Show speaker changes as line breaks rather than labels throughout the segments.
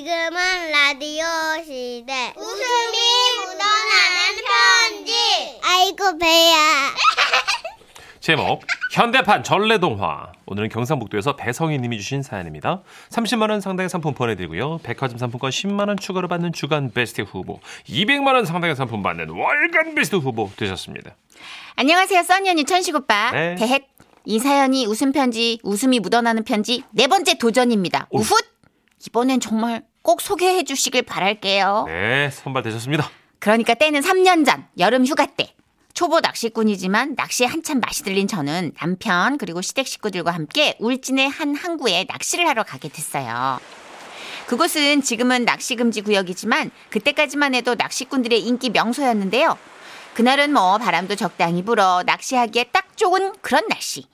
지금은 라디오 시대. 웃음이 묻어나는 편지. 아이고, 배야.
제목 현대판 전래동화 오늘은 경상북도에서 배성희 님이 주신 사연입니다. 30만 원 상당의 상품 보내드리고요. 백화점 상품권 10만 원 추가로 받는 주간 베스트 후보 200만 원 상당의 상품 받는 월간 베스트 후보 되셨습니다.
안녕하세요, 써니언니 천식 오빠.
네.
대헷. 이 사연이 웃음 편지, 웃음이 묻어나는 편지 네 번째 도전입니다.
오.
우훗! 이번엔 정말 꼭 소개해 주시길 바랄게요.
네 선발되셨습니다.
그러니까 때는 3년 전, 여름 휴가 때. 초보 낚시꾼이지만 낚시에 한참 맛이 들린 저는 남편 그리고 시댁 식구들과 함께 울진의 한 항구에 낚시를 하러 가게 됐어요. 그곳은 지금은 낚시 금지 구역이지만 그때까지만 해도 낚시꾼들의 인기 명소였는데요. 그날은 뭐 바람도 적당히 불어 낚시하기에 딱 좋은 그런 날씨.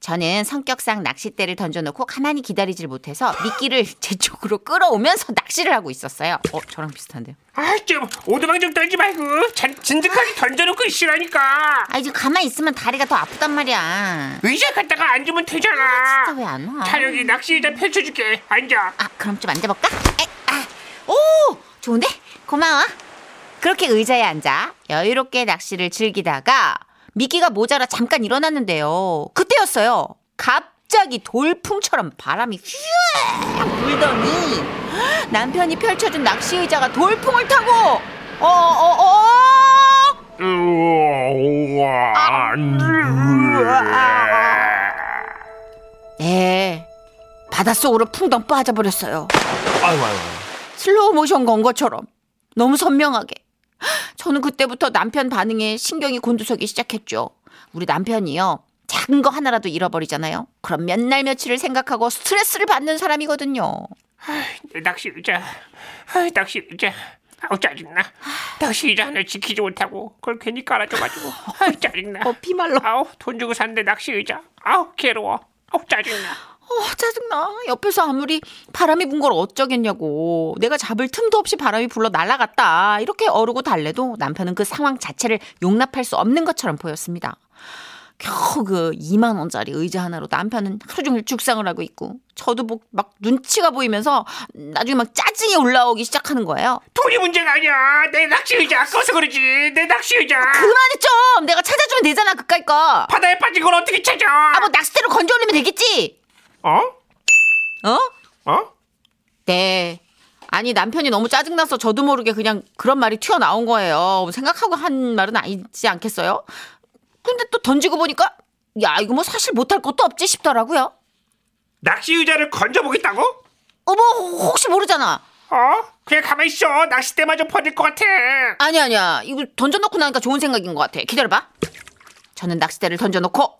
저는 성격상 낚싯대를 던져놓고 가만히 기다리질 못해서 미끼를 제 쪽으로 끌어오면서 낚시를 하고 있었어요. 어, 저랑 비슷한데요.
아좀 오도방 좀 떨지 말고 잔- 진득하게 던져놓고 있으라니까
아 이제 가만히 있으면 다리가 더 아프단 말이야.
의자 갖다가 앉으면 되잖아
진짜 왜 안 와?
차력이 낚시 의자 펼쳐줄게 앉아
아 그럼 좀 앉아볼까? 에, 아, 오 좋은데? 고마워. 그렇게 의자에 앉아 여유롭게 낚시를 즐기다가 미끼가 모자라 잠깐 일어났는데요. 그때였어요. 갑자기 돌풍처럼 바람이 휘악 불더니 남편이 펼쳐준 낚시 의자가 돌풍을 타고 어 어, 어, 어! 네. 바닷속으로 풍덩 빠져버렸어요.
아이고 아이고.
슬로우 모션 건 것처럼 너무 선명하게. 저는 그때부터 남편 반응에 신경이 곤두서기 시작했죠. 우리 남편이요. 작은 거 하나라도 잃어버리잖아요. 그럼 몇 날 며칠을 생각하고 스트레스를 받는 사람이거든요.
낚시 의자 아, 낚시 의자 아우 짜증나 낚시 의자 하나 지키지 못하고 그걸 괜히 깔아줘가지고 아우 짜증나
어, 피말라.
아우 돈 주고 샀는데 낚시 의자 아우 괴로워 아우 짜증나
어, 짜증나. 옆에서 아무리 바람이 분 걸 어쩌겠냐고. 내가 잡을 틈도 없이 바람이 불러 날아갔다. 이렇게 어르고 달래도 남편은 그 상황 자체를 용납할 수 없는 것처럼 보였습니다. 겨우 그 2만 원짜리 의자 하나로 남편은 하루 종일 죽상을 하고 있고 저도 뭐 막 눈치가 보이면서 나중에 막 짜증이 올라오기 시작하는 거예요.
돈이 문제가 아니야 내 낚시 의자 아까워서 아, 그러지 내 낚시 의자
그만해 좀. 내가 찾아주면 되잖아. 그까이 거.
바다에 빠진 걸 어떻게 찾아
아 뭐 낚싯대로 건져 올리면 되겠지.
어?
어?
어?
네. 아니 남편이 너무 짜증나서 저도 모르게 그냥 그런 말이 튀어나온 거예요. 생각하고 한 말은 아니지 않겠어요? 근데 또 던지고 보니까 야 이거 뭐 사실 못할 것도 없지 싶더라고요.
낚시 의자를 건져보겠다고?
어머 혹시 모르잖아.
어? 그냥 가만히 있어. 낚싯대마저 퍼질 것 같아.
아니 아니야 이거 던져놓고 나니까 좋은 생각인 것 같아. 기다려봐. 저는 낚싯대를 던져놓고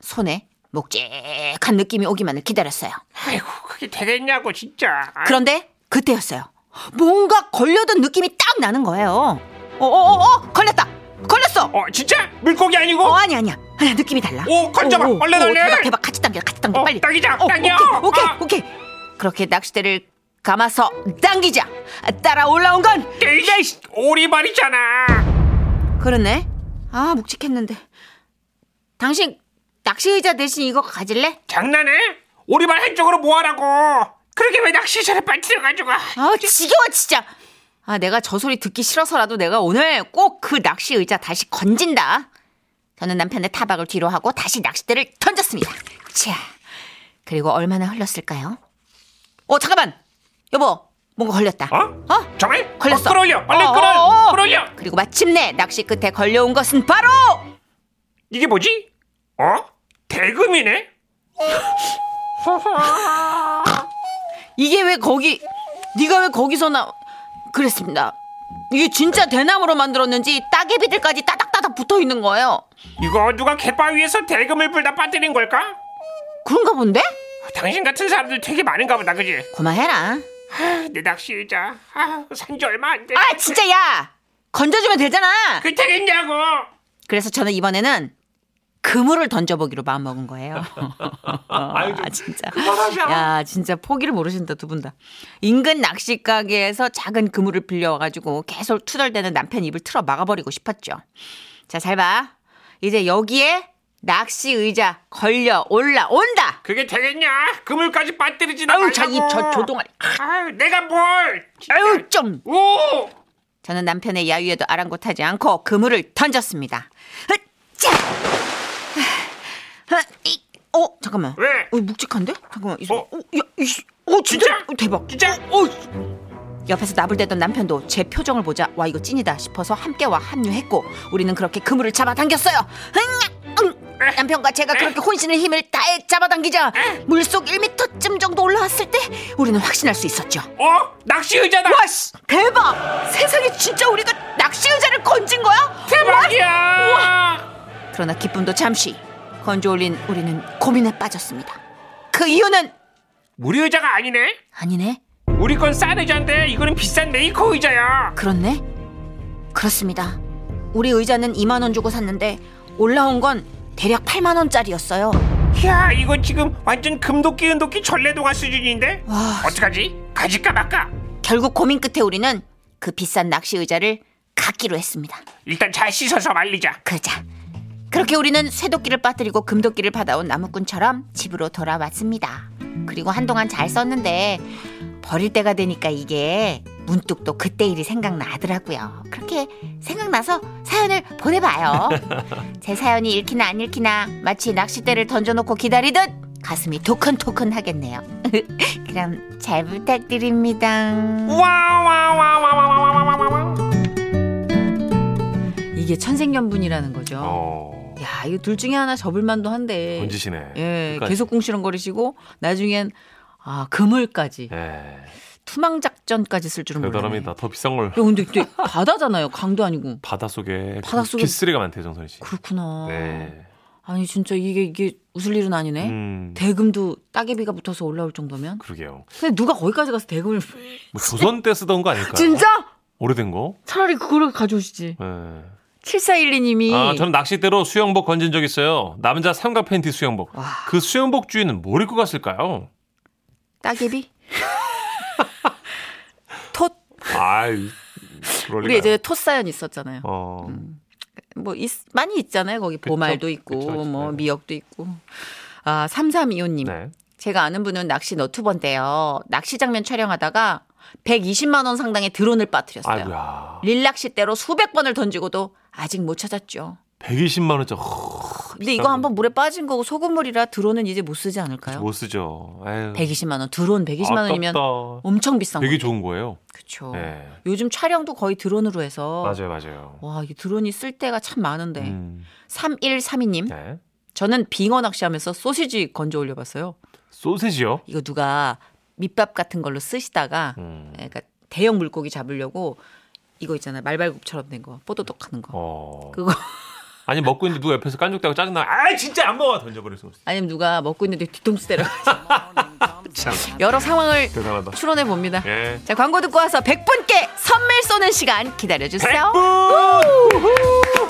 손에 묵직한 느낌이 오기만을 기다렸어요.
아이고, 그게 되겠냐고, 진짜. 아,
그런데 그때였어요. 뭔가 걸려던 느낌이 딱 나는 거예요. 어어어 어, 어, 걸렸다. 걸렸어.
어, 진짜? 물고기 아니고?
어 아니 아니야 아니야 느낌이 달라
오, 건져봐. 얼른, 얼른.
대박 대박 같이 당겨 같이 당겨
어,
빨리
당기자, 당겨.
오케이 오케이
아.
오케이 그렇게 낚싯대를 감아서 당기자 따라 올라온 건
에이씨, 오리발이잖아.
그러네 아 묵직했는데 당신 낚시 의자 대신 이거 가질래?
장난해? 오리발 한쪽으로 모아라고. 그러게 왜 낚시자를 빠뜨려가지고.
아 지겨워 진짜 아 내가 저 소리 듣기 싫어서라도 내가 오늘 꼭 그 낚시 의자 다시 건진다 저는 남편의 타박을 뒤로 하고 다시 낚싯대를 던졌습니다 자 그리고 얼마나 흘렀을까요? 어 잠깐만 여보 뭔가 걸렸다
어?
어?
정말?
걸렸어.
어, 끌어올려. 얼른
어,
끌어,
어, 어.
끌어올려.
그리고 마침내 낚시 끝에 걸려온 것은 바로
이게 뭐지? 어? 대금이네?
이게 왜 거기 네가 왜 거기서 나 그랬습니다 이게 진짜 대나무로 만들었는지 따개비들까지 따닥따닥 붙어있는 거예요
이거 누가 갯바위에서 대금을 불다 빠뜨린 걸까?
그런가 본데?
당신 같은 사람들 되게 많은가 보다, 그지?
고마해라
아, 내 낚시의자. 아, 산지 얼마 안 돼.
아 진짜 야 건져주면 되잖아
그 되겠냐고.
그래서 저는 이번에는 그물을 던져보기로 마음먹은 거예요
아유, 좀
아 진짜 야 진짜 포기를 모르신다 두 분다 인근 낚시 가게에서 작은 그물을 빌려와가지고 계속 투덜대는 남편 입을 틀어 막아버리고 싶었죠 자 잘봐 이제 여기에 낚시 의자 걸려 올라온다.
그게 되겠냐? 그물까지 빠뜨리지 나
아유
말고.
자이저 조동아리.
아유 내가 뭘? 진짜.
아유 좀.
오.
저는 남편의 야유에도 아랑곳하지 않고 그물을 던졌습니다. 으짜! 하, 이, 어 잠깐만.
왜?
어, 묵직한데? 잠깐만. 이
어?
어? 야, 이, 어 진짜?
진짜?
어, 대박.
진짜?
어, 어. 옆에서 나불대던 남편도 제 표정을 보자 와 이거 찐이다 싶어서 함께와 합류했고 우리는 그렇게 그물을 잡아당겼어요. 흥, 응. 남편과 제가 그렇게 혼신의 힘을 다해 잡아당기자 물속 1m쯤 정도 올라왔을 때 우리는 확신할 수 있었죠.
어? 낚시 의자다.
와씨 대박! 세상에 진짜 우리가 낚시 의자를 건진 거야?
대박이야.
그러나 기쁨도 잠시 건져올린 우리는 고민에 빠졌습니다. 그 이유는
우리 의자가 아니네.
아니네.
우리 건 싼 의자인데 이거는 비싼 메이커 의자야.
그렇네. 그렇습니다. 우리 의자는 2만 원 주고 샀는데 올라온 건 대략 8만 원짜리였어요.
야 이거 지금 완전 금도끼 은도끼 전래동화 수준인데.
와.
어떡하지? 가질까 말까?
결국 고민 끝에 우리는 그 비싼 낚시 의자를 갖기로 했습니다.
일단 잘 씻어서 말리자.
그자. 그렇게 우리는 쇠도끼를 빠뜨리고 금도끼를 받아온 나무꾼처럼 집으로 돌아왔습니다. 그리고 한동안 잘 썼는데 버릴 때가 되니까 이게 문득 또 그때 일이 생각나더라고요. 그렇게 생각나서 사연을 보내봐요. 제 사연이 읽히나 안 읽히나 마치 낚싯대를 던져놓고 기다리듯 가슴이 토큰토큰 하겠네요. 그럼 잘 부탁드립니다.
와와와와와와와와와.
이게 천생연분이라는 거죠.
어, 그러니까.
야, 이거 둘 중에 하나 접을만도 한데.
던지시네.
예,
끝까지.
계속 궁시렁거리시고 나중엔 아 그물까지
예,
투망 작전까지 쓸 줄은 몰랐네.
대단합니다. 더 비싼 걸
야, 근데 근데 바다잖아요. 강도 아니고.
바다 속에
바다 속에-
기스레가 많대 정선희 씨.
그렇구나.
네.
아니 진짜 이게 이게 웃을 일은 아니네.
음,
대금도 따개비가 붙어서 올라올 정도면.
그러게요.
근데 누가 거기까지 가서 대금을
뭐 조선 때 쓰던 거 아닐까요?
진짜?
오래된 거?
차라리 그거를 가져오시지.
예.
7412님이
아, 저는 낚싯대로 수영복 건진 적 있어요. 남자 삼각 팬티 수영복.
와.
그 수영복 주인은 뭘 입고 갔을까요?
따개비? 톳
아이, 그럴
우리
리가요.
이제 톳 사연 있었잖아요.
어,
뭐 있, 많이 있잖아요. 거기
그쵸,
보말도 있고
그쵸, 그쵸.
뭐
네.
미역도 있고. 아, 3325님.
네.
제가 아는 분은 낚시 너튜버인데요. 낚시 장면 촬영하다가 120만 원 상당의 드론을 빠뜨렸어요.
아이고야.
릴낚시대로 수백 번을 던지고도 아직 못 찾았죠.
120만 원짜리 어,
근데 이거 한번 물에 빠진 거고 소금물이라 드론은 이제 못 쓰지 않을까요?
못 쓰죠. 에휴.
120만 원 드론 120만 원이면
아깝다.
엄청 비싼
되게
거죠.
좋은 거예요.
그렇죠.
네.
요즘 촬영도 거의 드론으로 해서
맞아요, 맞아요.
와, 이 드론이 쓸 때가 참 많은데.
음,
3132님.
네.
저는 빙어 낚시하면서 소시지 건져 올려 봤어요.
소세지요?
이거 누가 밑밥 같은 걸로 쓰시다가
음.
그러니까 대형 물고기 잡으려고 이거 있잖아요. 말발굽처럼 된 거. 뽀도독 하는 거.
어.
그거
아니 먹고 있는데 누가 옆에서 깐족대고 짜증나. 아, 진짜 안 먹어. 던져버렸어.
아니면 누가 먹고 있는데 뒤통수 때려가지고 여러 상황을
대단하다.
추론해 봅니다.
그 예.
자, 광고 듣고 와서 100분께 선물 쏘는 시간 기다려 주세요.
분!